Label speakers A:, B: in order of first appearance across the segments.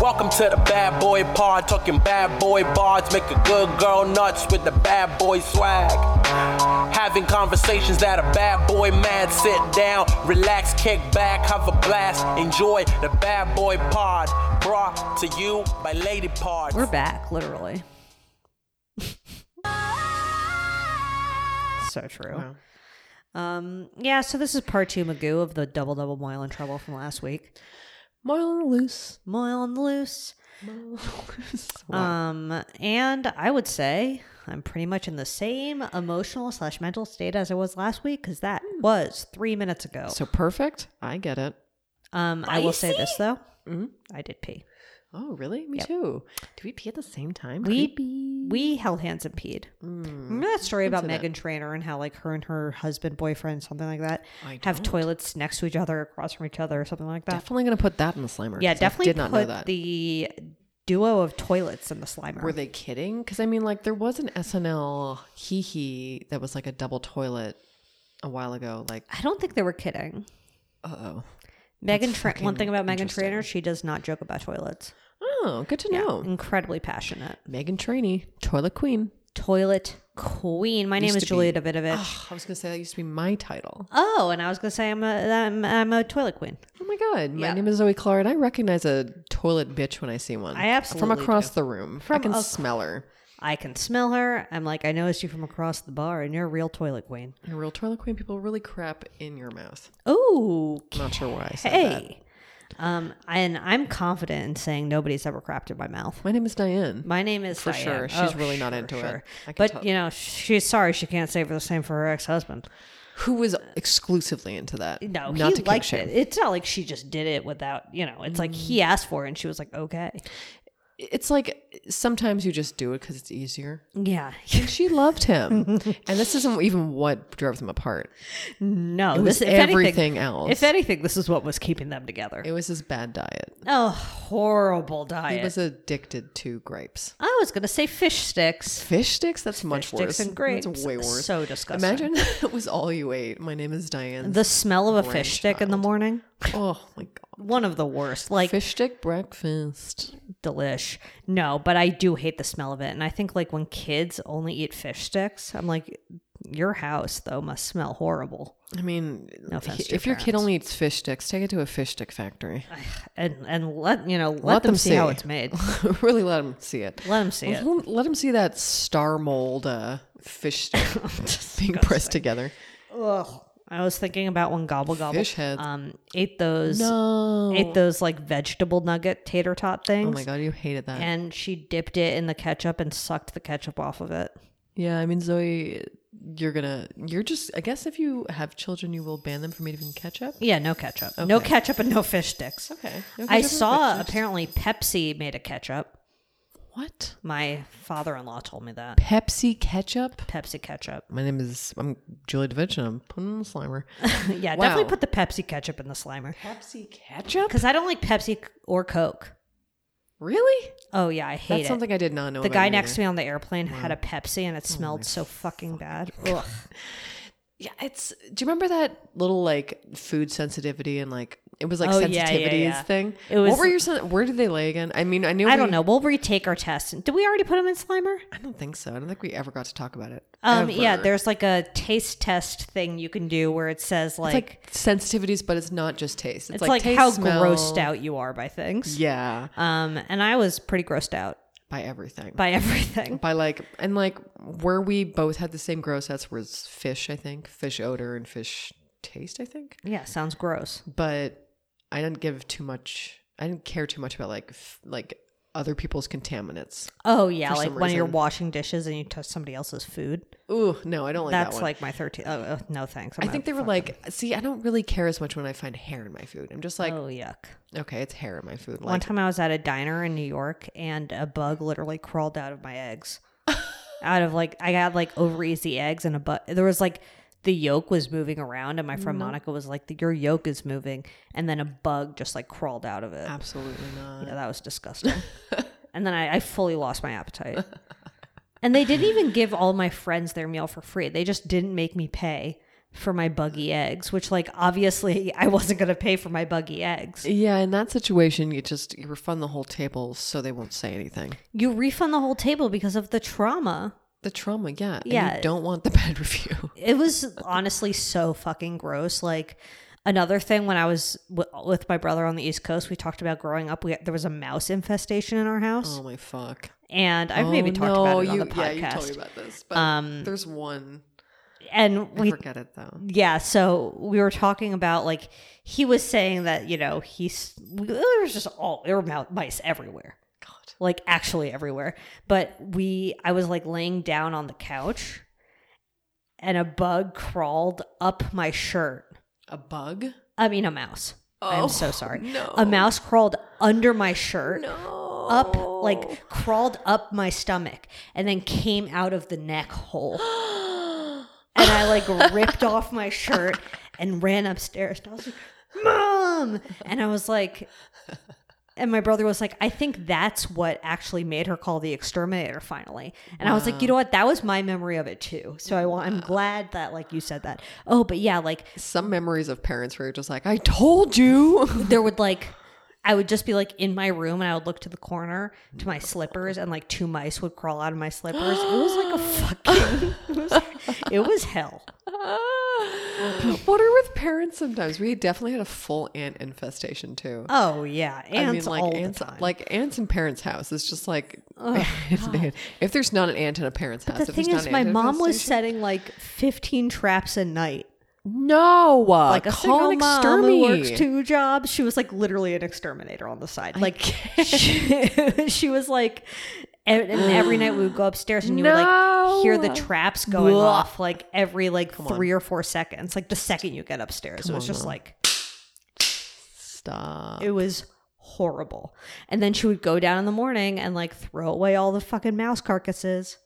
A: Welcome to the bad boy pod, talking bad boy bards, make a good girl nuts with the bad boy swag. Having conversations that a bad boy mad, sit down, relax, kick back, have a blast, enjoy the bad boy pod, brought to you by Lady Pod.
B: We're back, literally. so true. Um, yeah, so this is part two, Magoo, of the double double mile in trouble from last week.
C: Marlon Loose.
B: Mile on the loose.
C: Marlon Loose.
B: Um, and I would say I'm pretty much in the same emotional slash mental state as I was last week because that was three minutes ago.
C: so perfect. I get it.
B: um, I will say this though,
C: Mhm.
B: I did pee.
C: Oh, really? Me
B: Yep.
C: too. Do we pee at the same time?
B: We-
C: Creepy.
B: We held hands and peed.
C: Mm.
B: Remember that story about
C: Into that.
B: Megan Trainor and how like her and her husband, boyfriend, something like that,
C: I
B: have
C: don't.
B: toilets next to each other, across from each other, or something like that.
C: Definitely gonna put that in the slimer.
B: yeah,
C: 'cause I
B: definitely
C: Did not
B: put
C: know that.
B: the duo of toilets in the Slimer.
C: Were they kidding? Because I mean, like, there was an SNL hee hee that was like a double toilet a while ago. Like,
B: I don't think they were kidding.
C: uh oh.
B: Megan, Tra- one
C: fucking
B: thing about Megan Trainor,
C: interesting.
B: she does not joke about toilets.
C: Oh, good to
B: Yeah,
C: know.
B: incredibly passionate.
C: Megan Trainee, toilet queen.
B: Toilet queen. My name
C: Used
B: is
C: to be-
B: Julia
C: Ah.
B: Davidovich.
C: Ugh, I was gonna say that used to be my title.
B: Oh, and I was gonna say I'm a I'm, I'm a toilet queen.
C: Oh my god, my
B: Yeah.
C: name is Zoe Clark, and I recognize a toilet bitch when I see one.
B: I
C: from
B: absolutely
C: across
B: do.
C: the room. I
B: From
C: can
B: ac-
C: smell her.
B: I can smell her. I'm like I noticed you from across the bar, and you're a real toilet queen.
C: And real toilet queen people really crap in your mouth.
B: Oh,
C: Not sure why I said that.
B: hey. Um, and I'm confident in saying nobody's ever crapped in my mouth.
C: My name is Diane.
B: My name is
C: For
B: Diane. Oh,
C: sure. She's really not into it. I can
B: But
C: tell.
B: you know, she's sorry she can't say for the same for her ex husband.
C: Who was exclusively into that?
B: No,
C: not
B: he
C: to kink
B: liked
C: shame. Mm.
B: it. It's not like she just did it without you know. It's like he asked for it, and she was like, okay,
C: It's like sometimes you just do it because it's easier.
B: yeah.
C: And she loved him, and this isn't even what drove them apart.
B: No,
C: It was
B: this if
C: everything
B: anything,
C: else.
B: If anything, this is what was keeping them together.
C: it was his bad diet.
B: oh, horrible
C: He
B: diet.
C: was addicted to grapes.
B: I was gonna say fish sticks.
C: Fish sticks? That's much
B: Fish
C: worse.
B: sticks and grapes.
C: That's way worse.
B: So disgusting.
C: Imagine that was all you ate. My name is Diane.
B: the smell of a fish stick in the
C: Grandchild.
B: morning.
C: oh my god.
B: One of the worst. Like
C: Fish stick breakfast.
B: delish. No, but I do hate the smell of it. And I think like when kids only eat fish sticks, I'm like, your house though must smell horrible.
C: I mean,
B: No offense to
C: if
B: your
C: your kid
B: parents.
C: only eats fish sticks, take it to a fish stick factory.
B: And and let you know let,
C: Let
B: them,
C: them
B: see how
C: see.
B: it's made.
C: really let them see it.
B: Let them see it.
C: Let, let them see that star mold uh, fish stick
B: Oh,
C: being pressed together.
B: Ugh. I was thinking about when Gobble Gobble
C: Fish heads.
B: um ate those
C: No.
B: ate those like vegetable nugget tater tot things.
C: Oh my god, you hated that.
B: And she dipped it in the ketchup and sucked the ketchup off of it.
C: yeah, I mean, Zoe, you're gonna, you're just. I guess if you have children, you will ban them from eating ketchup.
B: Yeah, no ketchup. No ketchup and no fish sticks.
C: Okay. No
B: I
C: ketchup or
B: saw
C: fish sticks?
B: apparently Pepsi made a ketchup.
C: what
B: My father-in-law told me that
C: Pepsi ketchup.
B: Pepsi ketchup.
C: My name is I'm Julie DeVitch, and I'm putting in the slimer.
B: yeah,
C: Wow.
B: definitely put the Pepsi ketchup in the Slimer
C: Pepsi ketchup?
B: because I don't like Pepsi c- or Coke.
C: Really?
B: Oh yeah, I hate
C: That's
B: it.
C: something I did not know.
B: the
C: about
B: guy
C: you
B: next to
C: either. Oh
B: me on the airplane had a Pepsi and it smelled so fucking bad. Ugh.
C: Yeah, it's. Do you remember that little like food sensitivity and like it was like
B: Oh, yeah,
C: sensitivities
B: yeah, yeah.
C: thing?
B: It was-
C: What were your? sen- Where did they lay again? I mean, I knew.
B: I
C: we-
B: don't know. We'll retake our test. Did we already put him in Slimer?
C: I don't think so. I don't think we ever got to talk about it.
B: Um, yeah,
C: Ever.
B: there's like a taste test thing you can do where it says like
C: It's like, sensitivities, but it's not just taste. It's,
B: it's
C: like,
B: like,
C: taste,
B: how
C: smell-
B: grossed out you are by things.
C: Yeah,
B: Um, and I was pretty grossed out
C: by everything.
B: by everything.
C: by like and like where we both had the same gross outs was fish i think fish odor and fish taste i think
B: Yeah, sounds gross.
C: but i didn't give too much i didn't care too much about like f- like other people's contaminants
B: Oh yeah,
C: For
B: like
C: some
B: when you're
C: reason.
B: washing dishes and you touch somebody else's food.
C: ooh no i don't like
B: That's
C: that one
B: like my 13. Oh, oh, no thanks.
C: i think they were like see i don't really care as much when i find hair in my food i'm just like
B: oh yuck.
C: okay it's hair in my food
B: One
C: like
B: time I was at a diner in New York and a bug literally crawled out of my eggs. out of like I had like over easy eggs and a bug. There was like the yolk was moving around and my friend
C: Mm-hmm.
B: Monica was like your yolk is moving and then a bug just like crawled out of it.
C: absolutely not
B: Yeah, that was disgusting. and then I, I fully lost my appetite. And they didn't even give all my friends their meal for free. They just didn't make me pay. for my buggy eggs, which like obviously I wasn't gonna pay for my buggy eggs.
C: Yeah, in that situation, you just you refund the whole table so they won't say anything.
B: You refund the whole table because of the trauma.
C: The trauma, yeah. And
B: Yeah.
C: you don't want the bad review.
B: It was honestly so fucking gross. Like another thing, when I was w- with my brother on the East Coast, we talked about growing up. We there was a mouse infestation in our house,
C: Oh my fuck.
B: and I've
C: oh,
B: maybe talked
C: no,
B: about it
C: you,
B: on the
C: Yeah, you told me
B: podcast.
C: about this. But
B: Um,
C: there's one.
B: and
C: I
B: we
C: forget it though.
B: yeah so we were talking about like he was saying that you know he's there was just all there were mou- mice everywhere
C: God.
B: like actually everywhere but we i was like laying down on the couch and a bug crawled up my shirt
C: A bug?
B: i mean a mouse i'm so sorry
C: No.
B: a mouse crawled under my shirt
C: No.
B: up like crawled up my stomach and then came out of the neck hole and I like ripped off my shirt and ran upstairs. And I was like, "Mom!" And I was like, and my brother was like, "I think that's what actually made her call the exterminator finally." And I was like, "You know what? That was my memory of it too. So I want. I'm glad that like you said that. Oh, but yeah, like
C: Some memories of parents where you're just like, I told you.
B: there would like." I would just be like in my room and I would look to the corner to my slippers and like two mice would crawl out of my slippers. It was like a fucking it was, it was hell.
C: what are with parents sometimes? We definitely had a full ant infestation too.
B: Oh yeah. Ants
C: I mean, like
B: all
C: ants,
B: the time.
C: like ants in parents' house. It's just like it's an ant. if there's not an ant in a parent's house,
B: the
C: if there's
B: thing
C: not
B: is,
C: an
B: my
C: ant
B: mom was
C: infestation-
B: setting like 15 traps a night.
C: no,
B: Like a
C: call
B: single
C: an
B: mom who works
C: extermi.
B: two jobs. She was like literally an exterminator on the side. Like she, she was like, e-, and and every night we would go upstairs and you would like hear the
C: No.
B: traps going
C: Blah.
B: off like every like three or four seconds. Like the second you get upstairs, it was just like
C: Stop.
B: it was horrible. And then she would go down in the morning and like throw away all the fucking mouse carcasses.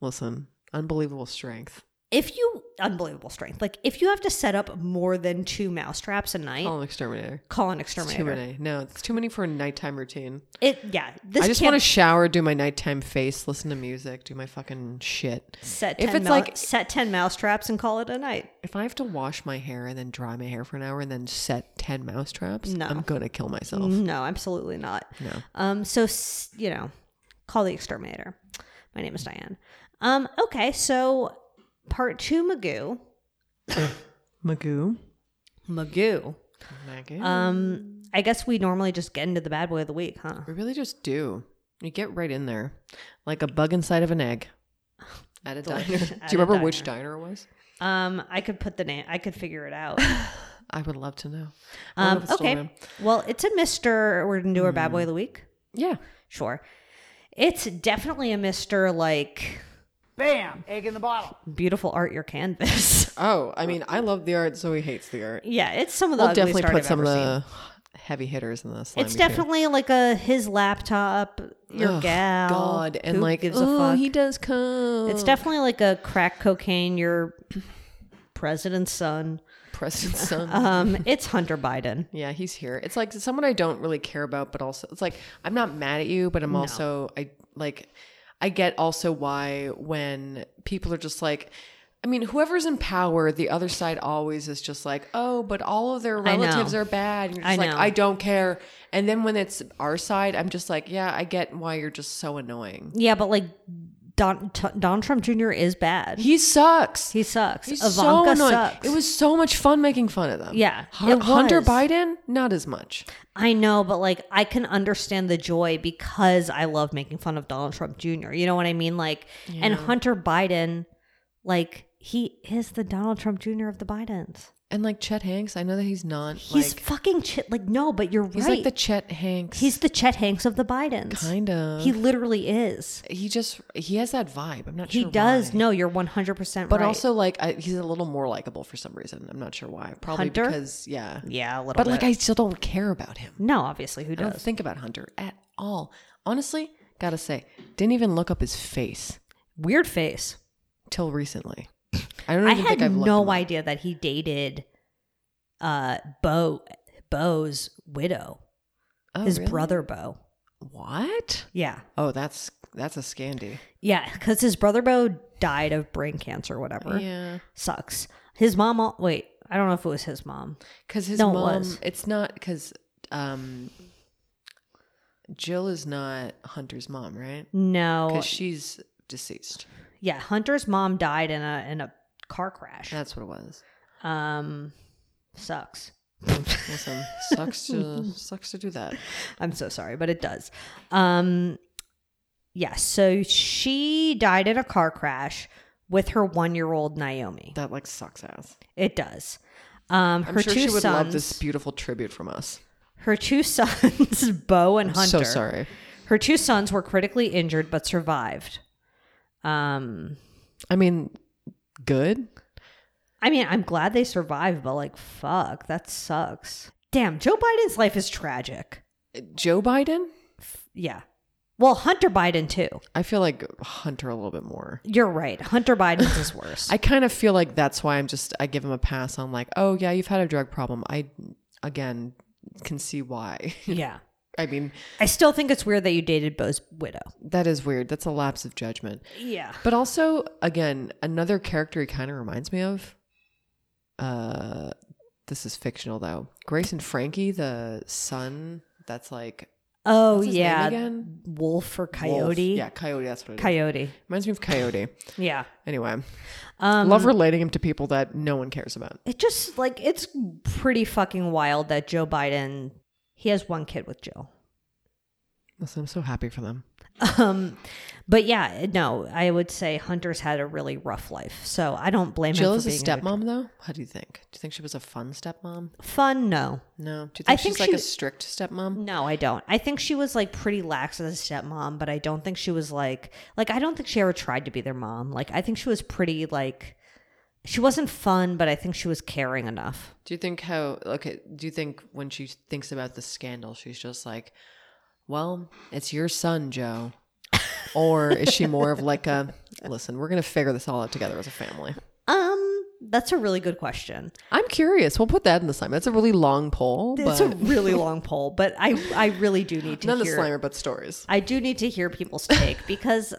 C: Listen, unbelievable strength.
B: if you unbelievable strength like if you have to set up more than two mouse traps a night
C: Call an exterminator.
B: call an
C: Oh. It's too
B: exterminator
C: many. No, it's too many for a nighttime routine.
B: it yeah this
C: I just
B: can't
C: want to shower, do my nighttime face, listen to music, do my fucking shit.
B: set 10
C: if it's
B: mou-
C: like-
B: set 10 mouse traps and call it a night
C: If I have to wash my hair and then dry my hair for an hour and then set 10 mouse traps,
B: No. Mm-hmm.
C: I'm going to kill myself.
B: no absolutely not
C: No.
B: um so s- you know call the exterminator my name is diane um okay so part two magoo
C: Magoo.
B: magoo
C: Magoo.
B: um i guess we normally just get into the bad boy of the week huh
C: we really just do. You get right in there like a bug inside of an egg. At a diner.
B: Delicious.
C: Do
B: At
C: you
B: a
C: remember which
B: diner.
C: diner it was?
B: um i could put the name i could figure it out
C: I would love to know. I wonder
B: Um,
C: if it's still Hmm.
B: okay.
C: around.
B: Well, it's a Mr. We're going to do our bad boy of the week.
C: Yeah.
B: Sure. It's definitely a Mr. like,
D: Bam! Egg in the bottle.
B: beautiful art your canvas.
C: Oh, I mean, I love the art. Zoe hates the art.
B: yeah, it's some of the
C: We'll
B: ugliest
C: definitely
B: art
C: put
B: I've
C: some of
B: ever
C: the heavy hitters in this.
B: seen. It's definitely like a his laptop, your
C: Ugh,
B: gal.
C: God, and
B: who
C: like,
B: gives
C: oh,
B: a fuck.
C: he does come.
B: it's definitely like a crack cocaine, your president's son.
C: President's son.
B: Um, it's Hunter Biden.
C: yeah, he's here. It's like someone I don't really care about, but also it's like I'm not mad at you, but I'm also I like I get also why when people are just like. I mean, whoever's in power, the other side always is just like, oh, but all of their
B: I know.
C: relatives are bad. And you're
B: I
C: just like,
B: know.
C: I don't care. And then when it's our side, I'm just like, yeah, I get why you're just so annoying.
B: Yeah, but like Don, T- Donald Trump Jr. is bad. He,
C: He sucks.
B: sucks.
C: He's
B: Ivanka
C: so annoying.
B: sucks.
C: It was so much fun making fun of them.
B: Yeah,
C: Hun-
B: it
C: Hunter
B: was.
C: Biden, not as much.
B: I know, but like I can understand the joy because I love making fun of Donald Trump Jr. You know what I mean? Like, and Hunter Biden, like he is the Donald Trump Jr. of the Bidens.
C: And like Chet Hanks, I know that he's not.
B: He's
C: like,
B: fucking Chet. Like no, but you're
C: he's
B: right.
C: like the Chet Hanks.
B: he's the Chet Hanks of the Bidens.
C: kind of.
B: He
C: He,
B: literally is.
C: he just he has that vibe. I'm not
B: He
C: sure.
B: does.
C: why.
B: No, you're 100 percent right.
C: But also like I, he's a little more likable for some reason. I'm not sure why. Probably
B: Hunter?
C: because yeah.
B: yeah, a little.
C: But like I still don't care about him.
B: no, obviously, who
C: I don't
B: does?
C: think about Hunter at all. Honestly, gotta say, didn't even look up his face
B: Weird face.
C: till recently. I don't
B: I
C: even
B: had
C: think I've looked him
B: no
C: up.
B: idea that he dated, uh, Bo, Bo's widow.
C: Oh,
B: his
C: really?
B: brother Bo.
C: What?
B: Yeah.
C: Oh, that's that's a scandy.
B: Yeah, cuz his brother Bo died of brain cancer whatever.
C: Yeah.
B: Sucks. His mom. al- Wait, I don't know if it was his mom.
C: Because his
B: No, it
C: mom,
B: was.
C: it's not because um, Jill is not Hunter's mom, right?
B: No.
C: Because she's deceased.
B: yeah, Hunter's mom died in a in a car crash.
C: That's what it was.
B: Um, sucks.
C: Listen, sucks to sucks to do that.
B: I'm so sorry, but it does. Um, yeah. So she died in a car crash with her one year old Naomi.
C: That like sucks ass.
B: It does. Um,
C: I'm
B: her
C: sure
B: two
C: she would
B: sons.
C: love this beautiful tribute from us.
B: Her two sons, Bo and Hunter.
C: So sorry.
B: Her two sons were critically injured but survived. Um,
C: I mean, good.
B: I mean, I'm glad they survived, but like, fuck, that sucks. Damn, Joe Biden's life is tragic.
C: Joe Biden.
B: Yeah. Well, Hunter Biden too.
C: I feel like Hunter a little bit more.
B: You're right. Hunter Biden's is worse.
C: I kind of feel like that's why I'm just I give him a pass on like, oh yeah, you've had a drug problem. I again can see why.
B: yeah.
C: I mean,
B: I still think it's weird that you dated Bo's widow.
C: that is weird. That's a lapse of judgment.
B: Yeah.
C: But also, again, another character he kind of reminds me of. Uh, this is fictional though. Grace and Frankie, the son. That's like
B: Oh
C: what's his name
B: yeah.
C: again?
B: Wolf or
C: Wolf.
B: coyote?
C: Yeah, coyote. That's what it is.
B: Coyote.
C: Reminds me of coyote.
B: Yeah.
C: Anyway,
B: Um,
C: love relating him to people that no one cares about.
B: it just like it's pretty fucking wild that Joe Biden he has one kid with Jill.
C: Listen, I'm so happy for them.
B: Um but yeah, no, I would say Hunter's had a really rough life. So I don't blame
C: Jill
B: him
C: is
B: for
C: a
B: being
C: stepmom, though. How do you think? Do you think she was a fun stepmom?
B: Fun, no.
C: No. Do you think
B: I
C: she's
B: think
C: like a
B: she-
C: strict stepmom?
B: No, I don't. I think she was like pretty lax as a stepmom, but I don't think she was like like I don't think she ever tried to be their mom. Like I think she was pretty like she wasn't fun, but I think she was caring enough.
C: Do you think how? Okay. Do you think when she thinks about the scandal, she's just like, "Well, it's your son, Joe," or is she more of like a, "Listen, we're gonna figure this all out together as a family."
B: Um, that's a really good question.
C: I'm curious. We'll put that in the slimer. That's a really long poll,
B: It's
C: but
B: a really long poll, but I I really do need to
C: not a
B: hear
C: slimer, but stories.
B: I do need to hear people's take because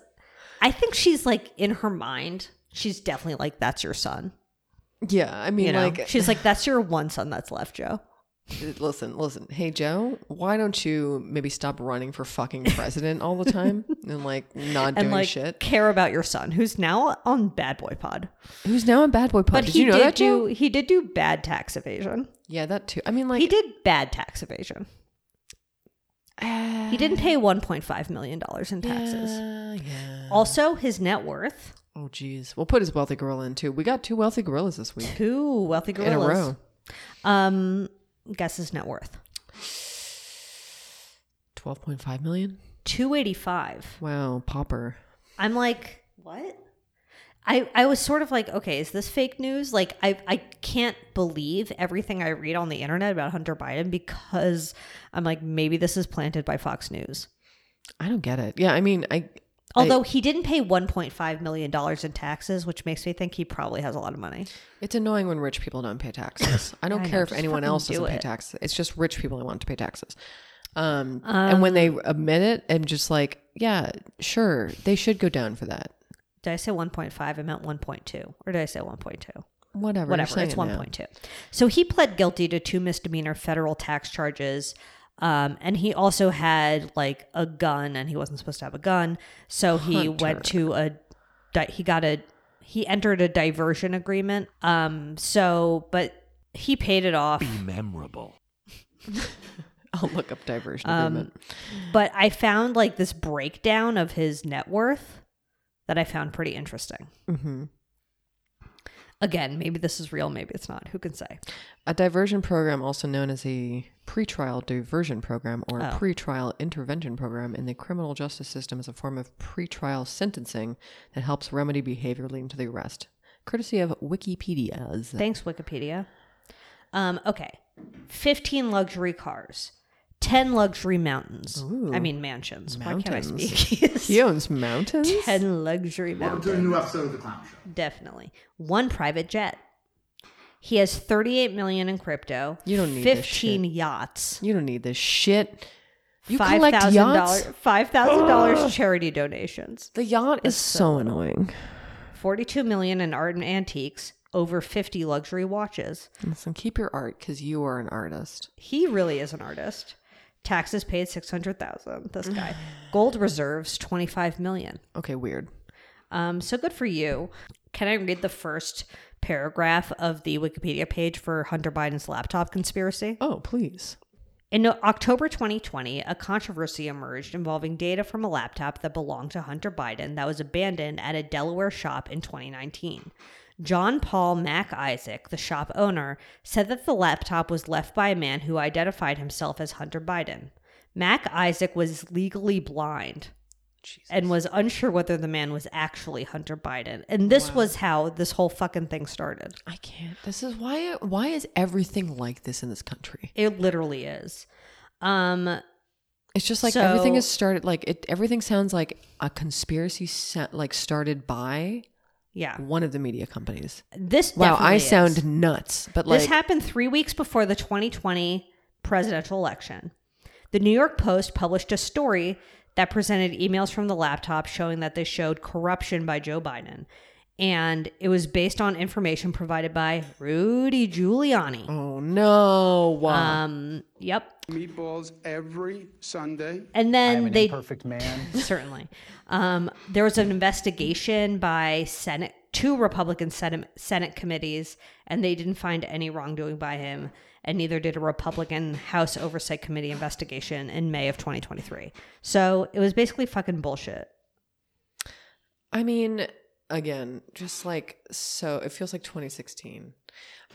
B: I think she's like in her mind, she's definitely like that's your son.
C: Yeah, I mean,
B: You know,
C: like, uh,
B: she's like that's your one son that's left, Joe.
C: listen, listen. Hey, Joe, why don't you maybe stop running for fucking president all the time and like not
B: And
C: doing
B: like
C: shit?
B: care about your son who's now on Bad Boy Pod.
C: Who's now in Bad Boy Pod?
B: But
C: did
B: he
C: you know
B: did
C: that, Joe?
B: do he did do bad tax evasion.
C: Yeah, that too. I mean, like,
B: he did bad tax evasion. he didn't pay 1.5 million dollars in taxes.
C: Uh, yeah.
B: Also, his net worth
C: Oh, geez. We'll put his wealthy gorilla in too. We got two wealthy gorillas this week
B: two wealthy
C: in a
B: gorillas.
C: row.
B: Um, guess his net worth
C: Twelve point five million.
B: 285.
C: Wow, Popper.
B: I'm like, what? I, I was sort of like, okay, is this fake news? Like, I, I can't believe everything I read on the internet about Hunter Biden because I'm like, maybe this is planted by Fox News.
C: I don't get it. Yeah, I mean, I.
B: Although he didn't pay $1.5 million in taxes, which makes me think he probably has a lot of money.
C: It's annoying when rich people don't pay taxes. I don't
B: I know,
C: care if
B: just
C: anyone
B: fucking
C: else doesn't
B: do
C: pay
B: it.
C: taxes. It's just rich people who want to pay taxes. Um, and when they admit it, and just like, yeah, sure, they should go down for that.
B: Did I say 1.5? I meant 1.2. Or did I say 1.2?
C: Whatever. you're
B: whatever
C: saying
B: it's
C: it now.
B: 1.2 so he pled guilty to two misdemeanor federal tax charges um, and he also had like a gun and he wasn't supposed to have a gun so he went to a di- he got a he entered a diversion agreement um so but he paid it off
A: Memorable.
C: I'll look up diversion
B: Um,
C: agreement.
B: but i found like this breakdown of his net worth that i found pretty interesting
C: Mm-hmm.
B: again maybe this is real maybe it's not who can say
C: A diversion program, also known as a pretrial diversion program or a
B: Oh.
C: pretrial intervention program in the criminal justice system, is a form of pretrial sentencing that helps remedy behavior leading to the arrest. Courtesy of Wikipedia's.
B: Thanks, Wikipedia. Um, okay. 15 luxury cars, 10 luxury mountains. I mean, mansions. Why can't I
C: Mountains.
B: speak?
C: He owns mountains.
B: 10 luxury mountains.
E: Welcome to a new episode of The Clown Show.
B: Definitely. One private jet. He has 38 million in crypto.
C: You don't need this
B: 15 yachts.
C: You don't need this shit. You collect yachts.
B: $5,000 $5,000 charity donations.
C: The yacht is so annoying.
B: 42 million in art and antiques. over 50 luxury watches.
C: Listen, keep your art because you are an artist.
B: He really is an artist. Taxes paid 600,000 this guy. Gold reserves 25 million.
C: Okay, weird.
B: Um, so good for you. Can I read the first paragraph of the Wikipedia page for Hunter Biden's laptop conspiracy?
C: Oh, please.
B: In October 2020, a controversy emerged involving data from a laptop that belonged to Hunter Biden that was abandoned at a Delaware shop in 2019. John Paul Mac Isaac, the shop owner, said that the laptop was left by a man who identified himself as Hunter Biden. Mac Isaac was legally blind and was unsure whether the man was actually Hunter Biden. And this was how this whole fucking thing started.
C: I can't. This is why. Why is everything like this in this country?
B: It literally is. Um,
C: It's just like everything
B: So-
C: is started. Like it. Everything sounds like a conspiracy. Set, like started by
B: yeah.
C: one of the media companies.
B: This
C: Wow,
B: definitely
C: I
B: is.
C: sound nuts, but like
B: this happened three weeks before the 2020 presidential election. The New York Post published a story that presented emails from the laptop showing that they showed corruption by Joe Biden. And it was based on information provided by Rudy Giuliani.
C: oh no, wow.
B: Um, yep.
E: meatballs every Sunday.
B: And then they
F: Perfect man.
B: certainly. Um, there was an investigation by Senate, two Republican Senate, Senate committees, and they didn't find any wrongdoing by him, and neither did a Republican House Oversight Committee investigation in May of 2023. So it was basically fucking bullshit.
C: I mean, again, just like so, it feels like 2016.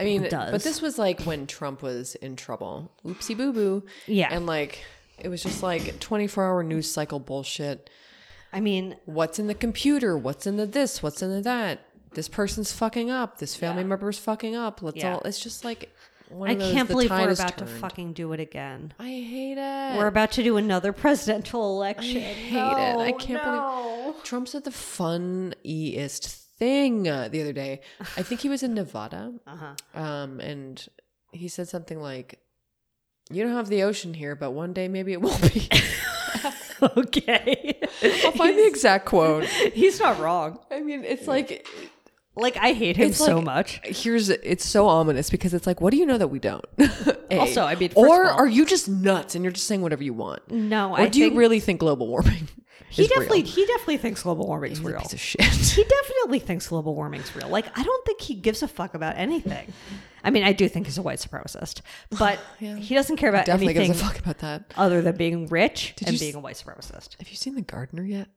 C: I mean, but
B: does.
C: this was like when Trump was in trouble. Oopsie boo boo.
B: Yeah.
C: and like it was just like 24 hour news cycle bullshit.
B: I mean,
C: What's in the computer? What's in the this? What's in the that? This person's fucking up. This family member's fucking up. Let's
B: Yeah.
C: all. It's just like one
B: I
C: of those,
B: can't
C: the
B: believe
C: tide
B: we're
C: has
B: about to
C: turned.
B: fucking do it again.
C: I hate it.
B: We're about to do another presidential election.
C: I hate it. I can't believe Trump said the funniest thing uh, the other day. I think he was in Nevada,
B: Uh-huh.
C: um, and he said something like, "You don't have the ocean here, but one day maybe it will be."
B: Okay.
C: I'll find the exact quote.
B: He's not wrong.
C: I mean, it's like
B: Like I hate him
C: It's
B: so
C: like-
B: much.
C: here's it's so ominous because it's like, what do you know that we don't? A.
B: Also, I mean, first of
C: or
B: all-
C: are you just nuts and you're just saying whatever you want?
B: No,
C: or
B: I
C: do
B: think
C: you really think global warming?
B: he
C: is real?
B: definitely he definitely thinks global warming's
C: He's a
B: real.
C: piece of shit.
B: He definitely thinks global warming's real. Like I don't think he gives a fuck about anything. I mean, I do think he's a white supremacist, but he doesn't care about
C: Definitely
B: anything
C: gives a fuck about that.
B: other than being rich
C: Did
B: and
C: you
B: being
C: s-
B: a white supremacist.
C: Have you seen The Gardener yet?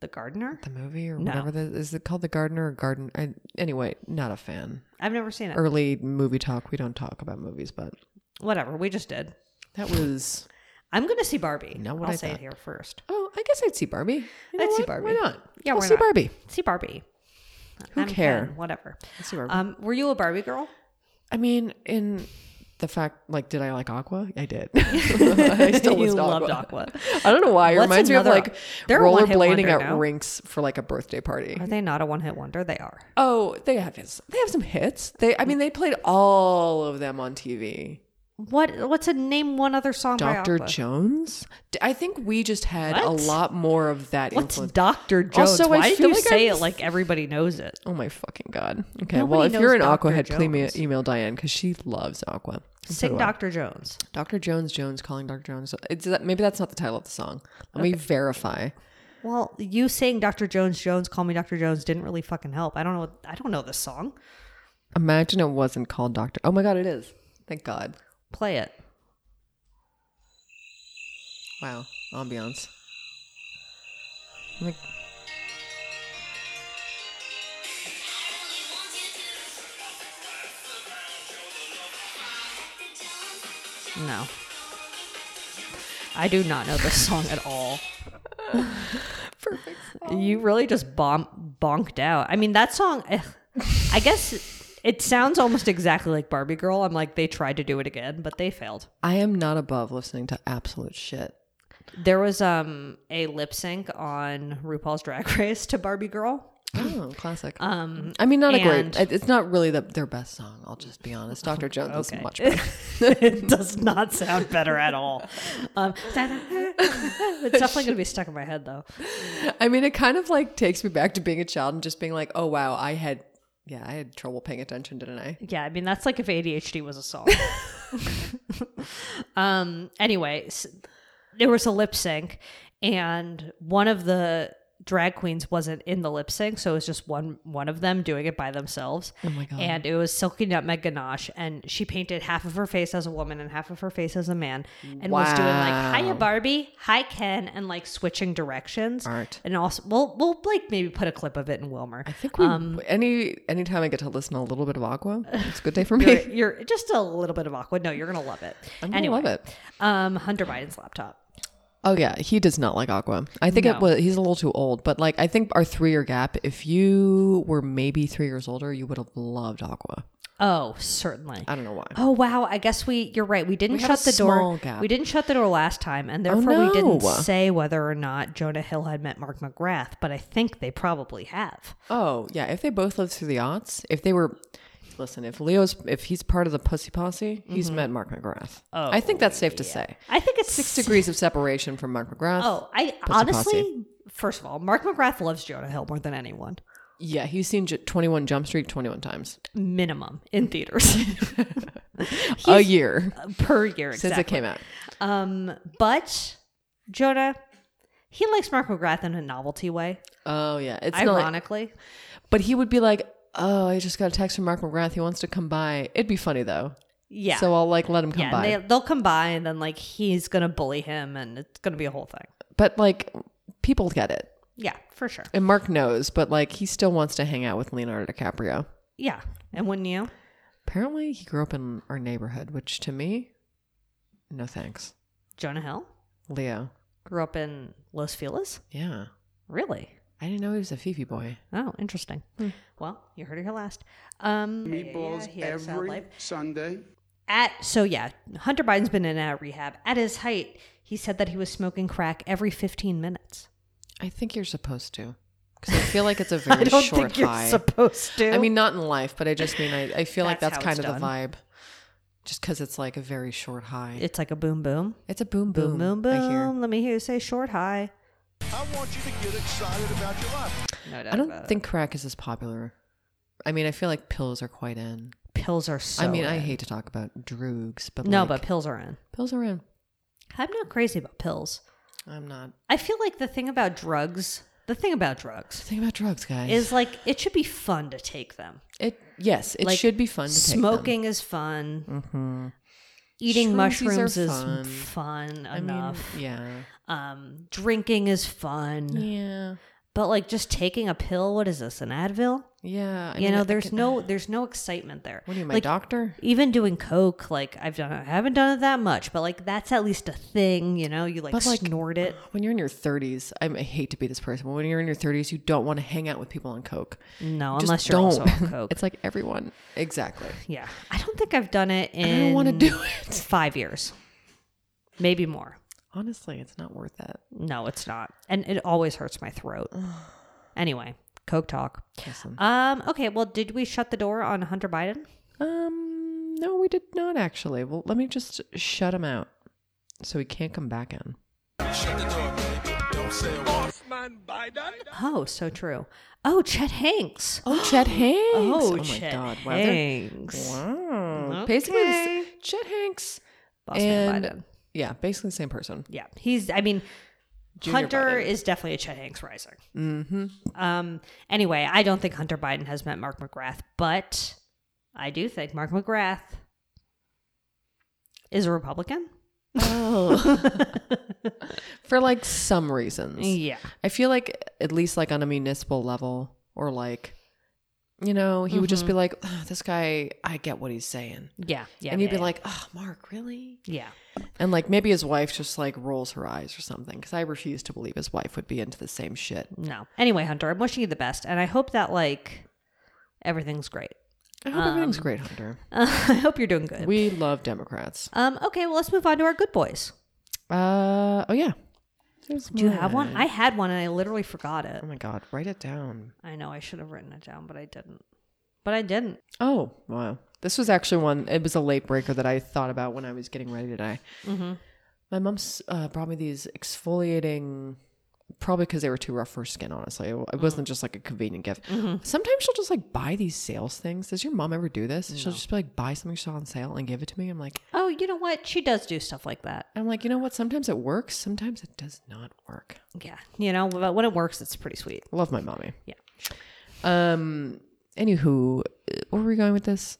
B: The gardener?
C: The movie or
B: No.
C: whatever that is it called The Gardener or Garden? I, anyway, not a fan.
B: I've never seen it.
C: Early movie talk. We don't talk about movies, but
B: Whatever. We just did.
C: that was.
B: I'm gonna see Barbie.
C: know what
B: I'll
C: I
B: say it
C: thought.
B: here first.
C: Oh, I guess I'd see Barbie. You know
B: I'd see
C: what?
B: Barbie.
C: Why not?
B: Yeah,
C: I'll
B: why
C: see
B: not?
C: Barbie.
B: See Barbie.
C: Who
B: I'm
C: care?
B: fine, Whatever.
C: see Barbie.
B: Um, were you a Barbie girl?
C: I mean, in the fact, like, did I like Aqua? I did. I still
B: you
C: was
B: loved
C: Aqua.
B: Aqua.
C: I don't know why. It
B: What's
C: reminds me of
B: another-
C: like
B: They're a one-hit
C: rollerblading
B: wonder
C: at
B: now.
C: rinks for like a birthday party.
B: Are they not a one hit wonder? They are.
C: Oh, they have his, they have some hits. They, I mean, they played all of them on TV.
B: What what's a name one other song by
C: Doctor
B: Aqua?
C: Jones. D- I think we just had a
B: What?
C: lot more of that
B: What's
C: influence.
B: Doctor Jones?
C: Also, I
B: Why do
C: feel
B: you
C: like
B: say
C: I'm-
B: it like everybody knows it?
C: oh my fucking god. Okay,
B: Nobody
C: well, if
B: knows
C: you're an
B: Dr.
C: Aquahead, please me-
B: Jones.
C: email Diane because she loves Aqua. And so
B: Sing
C: do I.
B: Doctor Jones.
C: Dr. Jones Jones calling Dr. Jones. It's that, maybe that's not the title of the song. Let me verify.
B: Well, you saying Doctor Jones Jones, call me Doctor Jones didn't really fucking help. I don't know. I don't know this song.
C: Imagine it wasn't called Doctor. Oh my god, it is. Thank God.
B: Play it.
C: Wow, ambiance. Like,
B: No, I do not know this song at all. Perfect. You really just bomb bonked out. I mean, that song. eh, I guess it sounds almost exactly like Barbie Girl. I'm like, they tried to do it again, but they failed.
C: I am not above listening to absolute shit.
B: There was um a lip sync on RuPaul's Drag Race to Barbie Girl.
C: Oh, classic. Um, I mean, not a
B: and-
C: great. it- It's not really the, their best song. I'll just be honest. Dr. Jones is much better.
B: it does not sound better at all. Um, it's definitely gonna be stuck in my head though.
C: I mean, it kind of like takes me back to being a child and just being like, oh wow, I had Yeah, I had trouble paying attention, didn't I?
B: Yeah, I mean that's like if ADHD was a song. um. Anyways, there was a lip sync, and one of the drag queens wasn't in the lip sync, so it was just one one of them doing it by themselves. Oh my god! And it was Silky Nutmeg Ganache, and she painted half of her face as a woman and half of her face as a man, and was doing like "Hiya Barbie, hi Ken," and like switching directions.
C: Art.
B: And also, we'll we'll like maybe put a clip of it in Wilmer.
C: I think we Um, any anytime I get to listen to a little bit of Aqua, it's a good day for me.
B: you're, you're just a little bit of awkward. No, you're gonna love it.
C: I'm gonna love it.
B: Um, Hunter Biden's laptop.
C: Oh yeah, he does not like Aqua. I think it was he's a little too old, but like I think our three year gap. If you were maybe three years older, you would have loved Aqua.
B: Oh, certainly.
C: I don't know why.
B: Oh wow! I guess we. You're right. We didn't
C: had a
B: shut the door.
C: small gap. Oh,
B: We didn't shut the door last time, and therefore we
C: no.
B: didn't say whether or not Jonah Hill had met Mark McGrath. But I think they probably have.
C: Oh yeah, if they both lived through the aughts, if they were, listen, if Leo's if he's part of the pussy posse, he's met Mark McGrath. Oh, I think that's safe to say.
B: I think it's
C: Six degrees of separation from Mark McGrath.
B: Oh, I honestly, first of all, Mark McGrath loves Jonah Hill more than anyone,
C: yeah, he's seen J- Twenty One Jump Street twenty one times
B: minimum in theaters
C: a year
B: per year. Exactly.
C: since it came out.
B: Um, but Jonah, he likes Mark McGrath in a novelty way.
C: Oh yeah, it's not.
B: ironically,
C: But he would be like, "Oh, I just got a text from Mark McGrath. He wants to come by." It'd be funny though.
B: yeah.
C: So I'll like let him come
B: yeah,
C: by.
B: and they, they'll come by, and then like he's gonna bully him, and it's gonna be a whole thing.
C: but like, people get it,
B: Yeah, for sure.
C: and Mark knows. But like, he still wants to hang out with Leonardo DiCaprio.
B: Yeah, and wouldn't you?
C: Apparently, he grew up in our neighborhood, which to me, no thanks.
B: Jonah Hill
C: Leo,
B: grew up in Los Feliz.
C: yeah,
B: Really?
C: I didn't know he was a Fifi boy.
B: Oh, interesting.
C: Hmm.
B: Well, you heard it here last. Um,
E: Meatballs
B: yeah, he had a sad
E: every
B: life.
E: Sunday.
B: at so yeah hunter biden's been in and out of rehab at his height he said that he was smoking crack every 15 minutes
C: I think you're supposed to, because I feel like it's a very
B: i don't
C: short
B: think you're
C: high.
B: supposed to
C: I mean, not in life, but I just mean I, I feel like
B: That's
C: that's
B: how
C: kind
B: it's
C: of the vibe, just because it's like a very short high.
B: it's like a boom boom
C: it's a boom,
B: boom
C: boom,
B: boom
C: I hear.
B: boom let me hear you say short high
F: I want you to get excited about your life.
B: no doubt about
C: I don't
B: it.
C: think crack is as popular. I mean, I feel like pills are quite in.
B: pills are so
C: I mean, I
B: in.
C: hate to talk about droogs, but
B: no
C: like,
B: but pills are in
C: pills are in.
B: i'm not crazy about pills
C: I'm not.
B: i feel like the thing about drugs the thing about drugs
C: Think about drugs, guys.
B: is like it should be fun to take them
C: it? Yes, it
B: Like,
C: should be fun. To take them.
B: smoking is fun eating
C: Shrooms, these are
B: mushrooms is
C: fun.
B: fun
C: I mean, mm.
B: enough
C: yeah,
B: um drinking is fun
C: yeah,
B: but like just taking a pill what is this an advil
C: yeah. I
B: you
C: mean, I
B: know there's
C: could-
B: no there's no excitement there
C: What are you, my
B: like,
C: doctor?
B: even doing coke like i've done i haven't done it that much but like that's at least a thing you know you like,
C: But, like,
B: snort it
C: When you're in your 30s, I'm, I hate to be this person, but when you're in your 30s, you don't want to hang out with people on coke.
B: no
C: Just
B: unless you're also on coke
C: it's like everyone. Exactly.
B: yeah i don't think i've done it in
C: don't wanna do it.
B: five years maybe more
C: Honestly, it's not worth it.
B: no it's not and it always hurts my throat anyway coke talk
C: Listen.
B: um okay well did we shut the door on hunter biden
C: Um, no, we did not actually. Well, let me just shut him out so he can't come back in.
F: Shut the door, baby. Don't say a word.
B: Oh, so true. Oh, Chet Hanks.
C: Oh, Chet Hanks.
B: Oh,
C: my
B: Chet
C: God. Wow. they're-
B: Hanks.
C: Wow. Basically, the s-
B: Okay.
C: Chet Hanks.
B: Boss man
C: and
B: Biden.
C: yeah, basically the same person.
B: Yeah, he's. I mean,
C: Junior
B: Hunter
C: Biden.
B: is definitely a Chet Hanks rising. Mm-hmm. Um. Anyway, I don't think Hunter Biden has met Mark McGrath, but I do think Mark McGrath is a Republican.
C: for like some reasons.
B: Oh. Yeah.
C: I feel like at least like on a municipal level or like you know, he would just
B: Mm-hmm.
C: be like, "Ugh, this guy, I get what he's saying.
B: Yeah. Yeah.
C: and you'd
B: yeah,
C: be
B: yeah.
C: like, oh, Mark, really?
B: yeah.
C: And like maybe his wife just like rolls her eyes or something because I refuse to believe his wife would be into the same shit.
B: No. Anyway, Hunter, I'm wishing you the best, and I hope that like everything's great.
C: I hope everything's great, Hunter.
B: I hope you're doing good.
C: We love Democrats.
B: um. Okay. Well, let's move on to our good boys.
C: Uh, oh, yeah.
B: Do you have
C: Mm.
B: one? I had one and I literally forgot it.
C: Oh my God, write it down.
B: I know I should have written it down, but I didn't. But I didn't.
C: Oh, wow. This was actually one, it was a late breaker that I thought about when I was getting ready today. My mom uh, brought me these exfoliating Probably because they were too rough for her skin, honestly. It wasn't just like a convenient gift. Sometimes she'll just like buy these sales things. Does your mom ever do this? She'll just be like, buy something she saw on sale and give it to me. I'm like,
B: Oh, you know what? She does do stuff like that.
C: I'm like, you know what? Sometimes it works. Sometimes it does not work.
B: Yeah. You know, but when it works, it's pretty sweet.
C: Love my mommy.
B: Yeah.
C: Um. Anywho, uh, where were we going with this?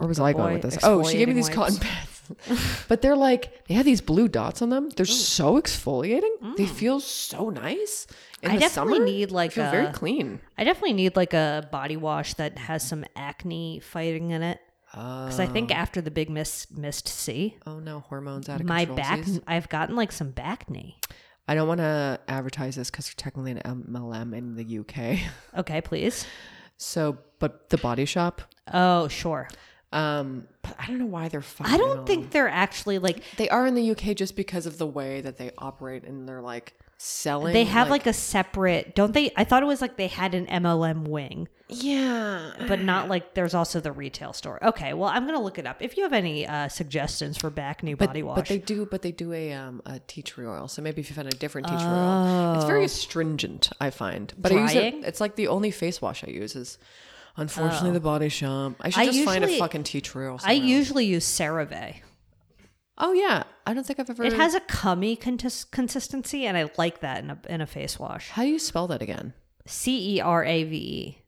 C: Or was I going with this? Oh, she gave
B: exfoliating
C: me these cotton pads, but they're like they have these blue dots on them. They're so exfoliating. They feel so nice. In
B: Mm. I
C: the
B: definitely
C: summer,
B: need, like,
C: they feel very
B: a-
C: clean.
B: I definitely need like a body wash that has some acne fighting in it. Because I think after the big miss, missed C,
C: Oh no, hormones out of
B: my
C: control.
B: back,
C: Zs.
B: I've gotten like some back knee.
C: I don't want to advertise this because they're technically an MLM in the UK.
B: Okay, please.
C: So, but the Body Shop.
B: Oh, sure.
C: Um, but I don't know why they're. fucking
B: I don't
C: MLM.
B: think they're actually like,
C: They are in the UK just because of the way that they operate and they're like selling.
B: they have like, a separate, don't they? I thought it was like they had an MLM wing,
C: yeah.
B: but not like there's also the retail store. Okay, well, I'm going to look it up. If you have any uh, suggestions for back knee body wash,
C: But they do, but they do a um a tea tree oil. So maybe if you find a different tea tree oil, it's very astringent. I find, but I use it.
B: Oh. Drying? Oh.
C: It's like the only face wash I use is, unfortunately, the Body Shop. I should
B: I
C: just find a
B: usually-
C: fucking tea tree oil.
B: I
C: Somewhere.
B: usually use CeraVe.
C: oh yeah, I don't think I've ever.
B: It has a cummy contis- consistency, and I like that in a in a face wash.
C: How do you spell that again?
B: C E R A V E.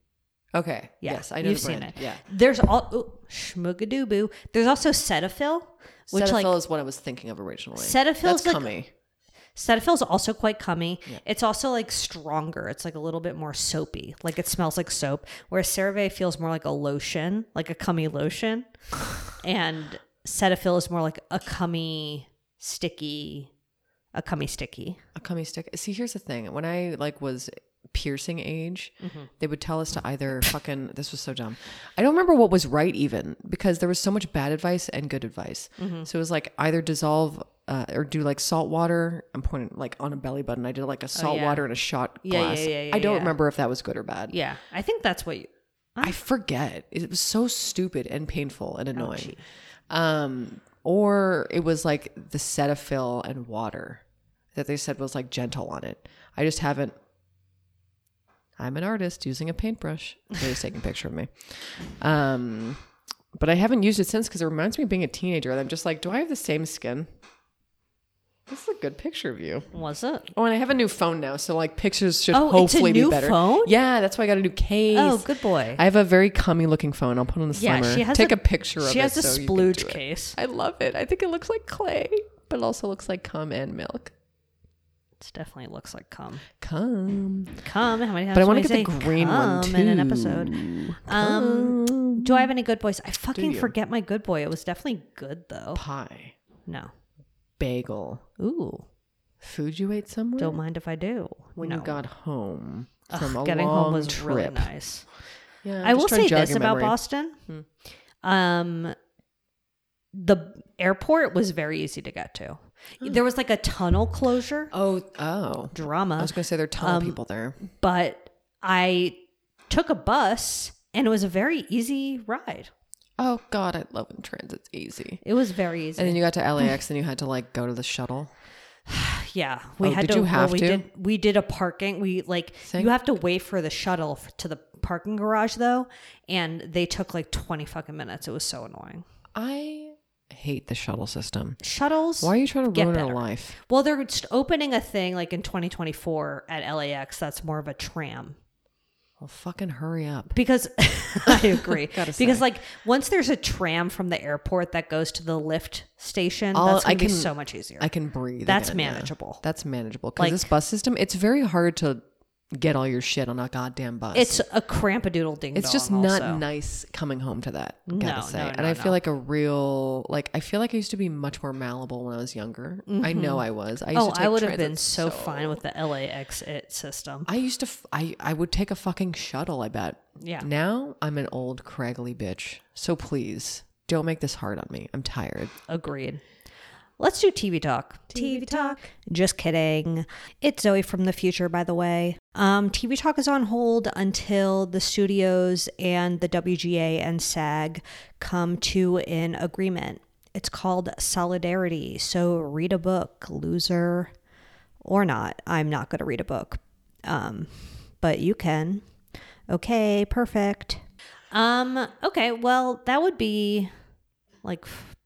C: Okay.
B: Yeah,
C: Yes, I know
B: you've
C: the brand.
B: seen it.
C: Yeah.
B: There's all ooh, shmoogadooboo. There's also Cetaphil, which
C: Cetaphil
B: like
C: is what I was thinking of originally.
B: Cetaphil's
C: That's
B: like-
C: cummy.
B: Cetaphil is also quite cummy. It's also like stronger. It's like a little bit more soapy. Like it smells like soap. Whereas CeraVe feels more like a lotion, like a cummy lotion, and Cetaphil is more like a cummy sticky, a cummy sticky.
C: a cummy stick. See, here's the thing. When I like was piercing age,
B: Mm-hmm.
C: they would tell us to either fucking this was so dumb. I don't remember what was right even because there was so much bad advice and good advice.
B: Mm-hmm.
C: So it was like either dissolve uh, or do like salt water. I'm pointing like on a belly button. I did like a salt
B: Oh, yeah.
C: water and a shot
B: Yeah, yeah,
C: glass.
B: yeah, yeah,
C: I don't
B: yeah.
C: remember if that was good or bad.
B: Yeah, I think that's what you.
C: I forget. It was so stupid and painful and annoying. um, or it was like the Cetaphil and water that they said was like gentle on it. I just haven't. I'm an artist using a paintbrush. He's taking a picture of me. Um, but I haven't used it since because it reminds me of being a teenager. And I'm just like, do I have the same skin? This is a good picture of you.
B: Was it?
C: Oh, and I have a new phone now, so like pictures should
B: Oh, it's a
C: hopefully
B: new
C: be better.
B: phone?
C: Yeah, that's why I got a new case.
B: Oh, good boy.
C: I have a very cummy looking phone. I'll put on the
B: Yeah,
C: slimmer.
B: she has
C: Take
B: a-
C: a, picture of it.
B: she has a
C: so you can
B: splooge
C: do it.
B: case.
C: I love it. I think it looks like clay, but it also looks like cum and milk.
B: It definitely looks like cum.
C: Cum.
B: Cum. How many times?
C: But I want
B: want
C: to get the green one too.
B: in an episode. Um, do I have any good boys? I fucking
C: you?
B: forget my good boy. It was definitely good though.
C: Pie.
B: No.
C: Bagel.
B: Ooh.
C: Food you ate somewhere?
B: Don't mind if I do.
C: when
B: no.
C: you got home
B: Ugh,
C: from a
B: getting
C: long
B: home was
C: trip.
B: really nice.
C: Yeah, I'm
B: I
C: just
B: will
C: trying
B: say
C: to jog
B: this
C: your
B: about
C: memory.
B: Boston. Um, the airport was very easy to get to. There was like a tunnel closure.
C: Oh, oh.
B: Drama.
C: I was going to say there are a ton
B: Um,
C: of people there.
B: but I took a bus and it was a very easy ride.
C: Oh God, I love when transit's easy.
B: It was very easy.
C: And then you got to LAX, and you had to like go to the shuttle.
B: yeah, we
C: Oh,
B: had
C: did
B: to.
C: you
B: well,
C: have
B: we
C: to?
B: did. We did a parking. We like
C: Thank-
B: you have to wait for the shuttle f- to the parking garage though, and they took like twenty fucking minutes. It was so annoying.
C: I hate the shuttle system.
B: Shuttles.
C: Why are you trying to
B: get
C: ruin our
B: better.
C: life?
B: Well, they're just opening a thing like in 2024 at LAX. That's more of a tram.
C: Well, fucking hurry up.
B: because I agree. because like once there's a tram from the airport that goes to the lift station,
C: I'll-
B: that's
C: I
B: gonna be
C: can-
B: so much easier.
C: I can breathe.
B: That's
C: again, yeah.
B: manageable.
C: That's manageable. Because
B: Like-
C: this bus system, it's very hard to get all your shit on a goddamn bus.
B: it's a crampadoodle ding.
C: it's just
B: dong
C: not
B: also.
C: nice coming home to that.
B: No,
C: Gotta
B: no,
C: say, and
B: no,
C: I feel
B: no.
C: like a real like I feel like I used to be much more malleable when I was younger. I know I was. I used
B: Oh,
C: to take
B: I would have been
C: transit
B: so, fine with the LAX it system.
C: I used to, f- I, I would take a fucking shuttle, I bet.
B: Yeah.
C: Now I'm an old craggly bitch. So please don't make this hard on me. I'm tired.
B: Agreed. Let's do TV talk. TV talk. Just kidding. It's Zoe from the future, by the way. Um, TV talk is on hold until the studios and the WGA and SAG come to an agreement. It's called Solidarity. So read a book, loser. or not, I'm not going to read a book. Um, but you can. Okay, perfect. Um, okay, well, that would be like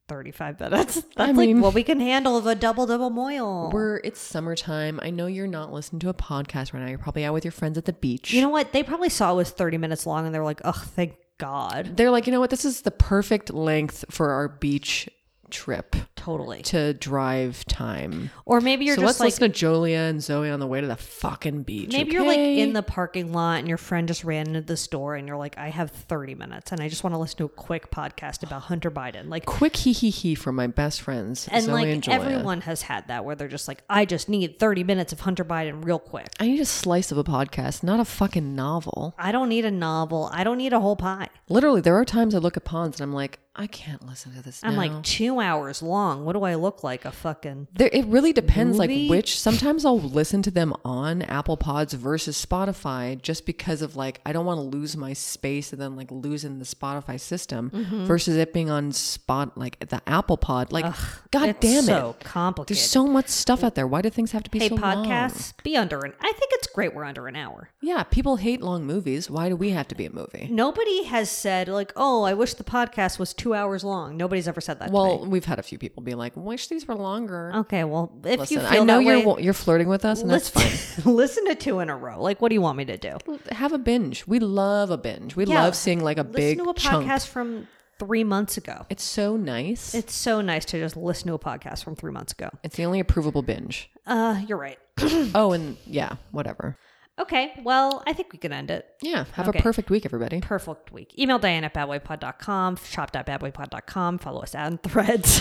B: 35 minutes. That's
C: mean-
B: like what we can handle of a double double moil.
C: We're it's summertime. I know you're not listening to a podcast right now. You're probably out with your friends at the beach.
B: you know what? They probably saw it was 30 minutes long and they're like, oh, thank God.
C: they're like, you know what? This is the perfect length for our beach trip
B: Totally.
C: to drive time.
B: Or maybe you're
C: so
B: just
C: let's
B: like,
C: listen to Jolia and Zoe on the way to the fucking beach.
B: Maybe you're like
C: okay?
B: in the parking lot and your friend just ran into the store and you're like, I have 30 minutes and I just want to listen to a quick podcast about Hunter Biden. Like,
C: quick hee hee hee from my best friends
B: and
C: Zoe
B: like
C: and Jolia.
B: everyone has had that where they're just like, I just need 30 minutes of Hunter Biden real quick.
C: I need a slice of a podcast, not a fucking novel.
B: I don't need a novel. I don't need a whole pie.
C: Literally, there are times I look at Ponds and I'm like, I can't listen to this.
B: I'm
C: now.
B: like two hours long. What do I look like? A fucking.
C: There, it really depends,
B: Movie?
C: like which. Sometimes I'll listen to them on Apple Pods versus Spotify, just because of like I don't want to lose my space and then like losing the Spotify system
B: Mm-hmm.
C: versus it being on spot like the Apple Pod. Like, god
B: it's
C: damn it,
B: so complicated.
C: There's so much stuff out there. Why do things have to be
B: Hey,
C: so long?
B: podcasts, be under an. I think it's great we're under an hour.
C: Yeah, people hate long movies. Why do we have to be a movie?
B: Nobody has said like, "Oh, I wish the podcast was two hours long." Nobody's ever said that. to me.
C: Well, we've had a few people be like, "Wish these were longer."
B: Okay, well, Um, if
C: Listen,
B: you feel
C: I know
B: that
C: you're
B: way,
C: wa- you're flirting with us, and that's fine.
B: listen, listen to two in a row. Like, what do you want me to do?
C: Have a binge. We love a binge. We
B: Yeah,
C: love seeing like a
B: listen
C: big
B: to a
C: chunk.
B: podcast from three months ago.
C: It's so nice. It's,
B: It's so nice to just listen to a podcast from three months ago.
C: the only approvable binge.
B: Uh, you're right.
C: oh, and yeah, whatever.
B: okay, well, I think we can end it.
C: Yeah, have
B: Okay.
C: a perfect week, everybody.
B: Perfect week. Email Diane at badboypod.com, shop.badboypod.com, follow us out on threads.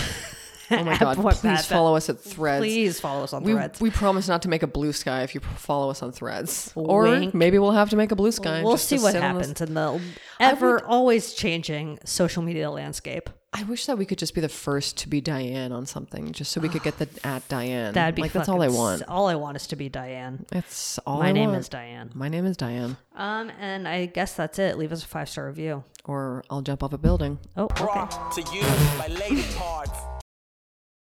C: Oh my god, please follow us at Threads.
B: Please follow us on
C: We,
B: threads.
C: we promise not to make a blue sky if you p- follow us on Threads,
B: Wink.
C: or maybe we'll have to make a blue sky.
B: we'll
C: just to
B: see what
C: sit on this-
B: happens in the ever always changing social media landscape.
C: I wish that we could just be the first to be Diane on something, just so we could get the at Diane.
B: That'd be
C: like that's all I
B: fucking s-
C: want.
B: All I want is to be Diane.
C: That's all.
B: My
C: I
B: name
C: want.
B: is Diane.
C: My name is Diane,
B: Um, and I guess that's it. Leave us a five star review.
C: or I'll jump off a building.
B: Oh, okay.
A: brought to you by Lady Parts.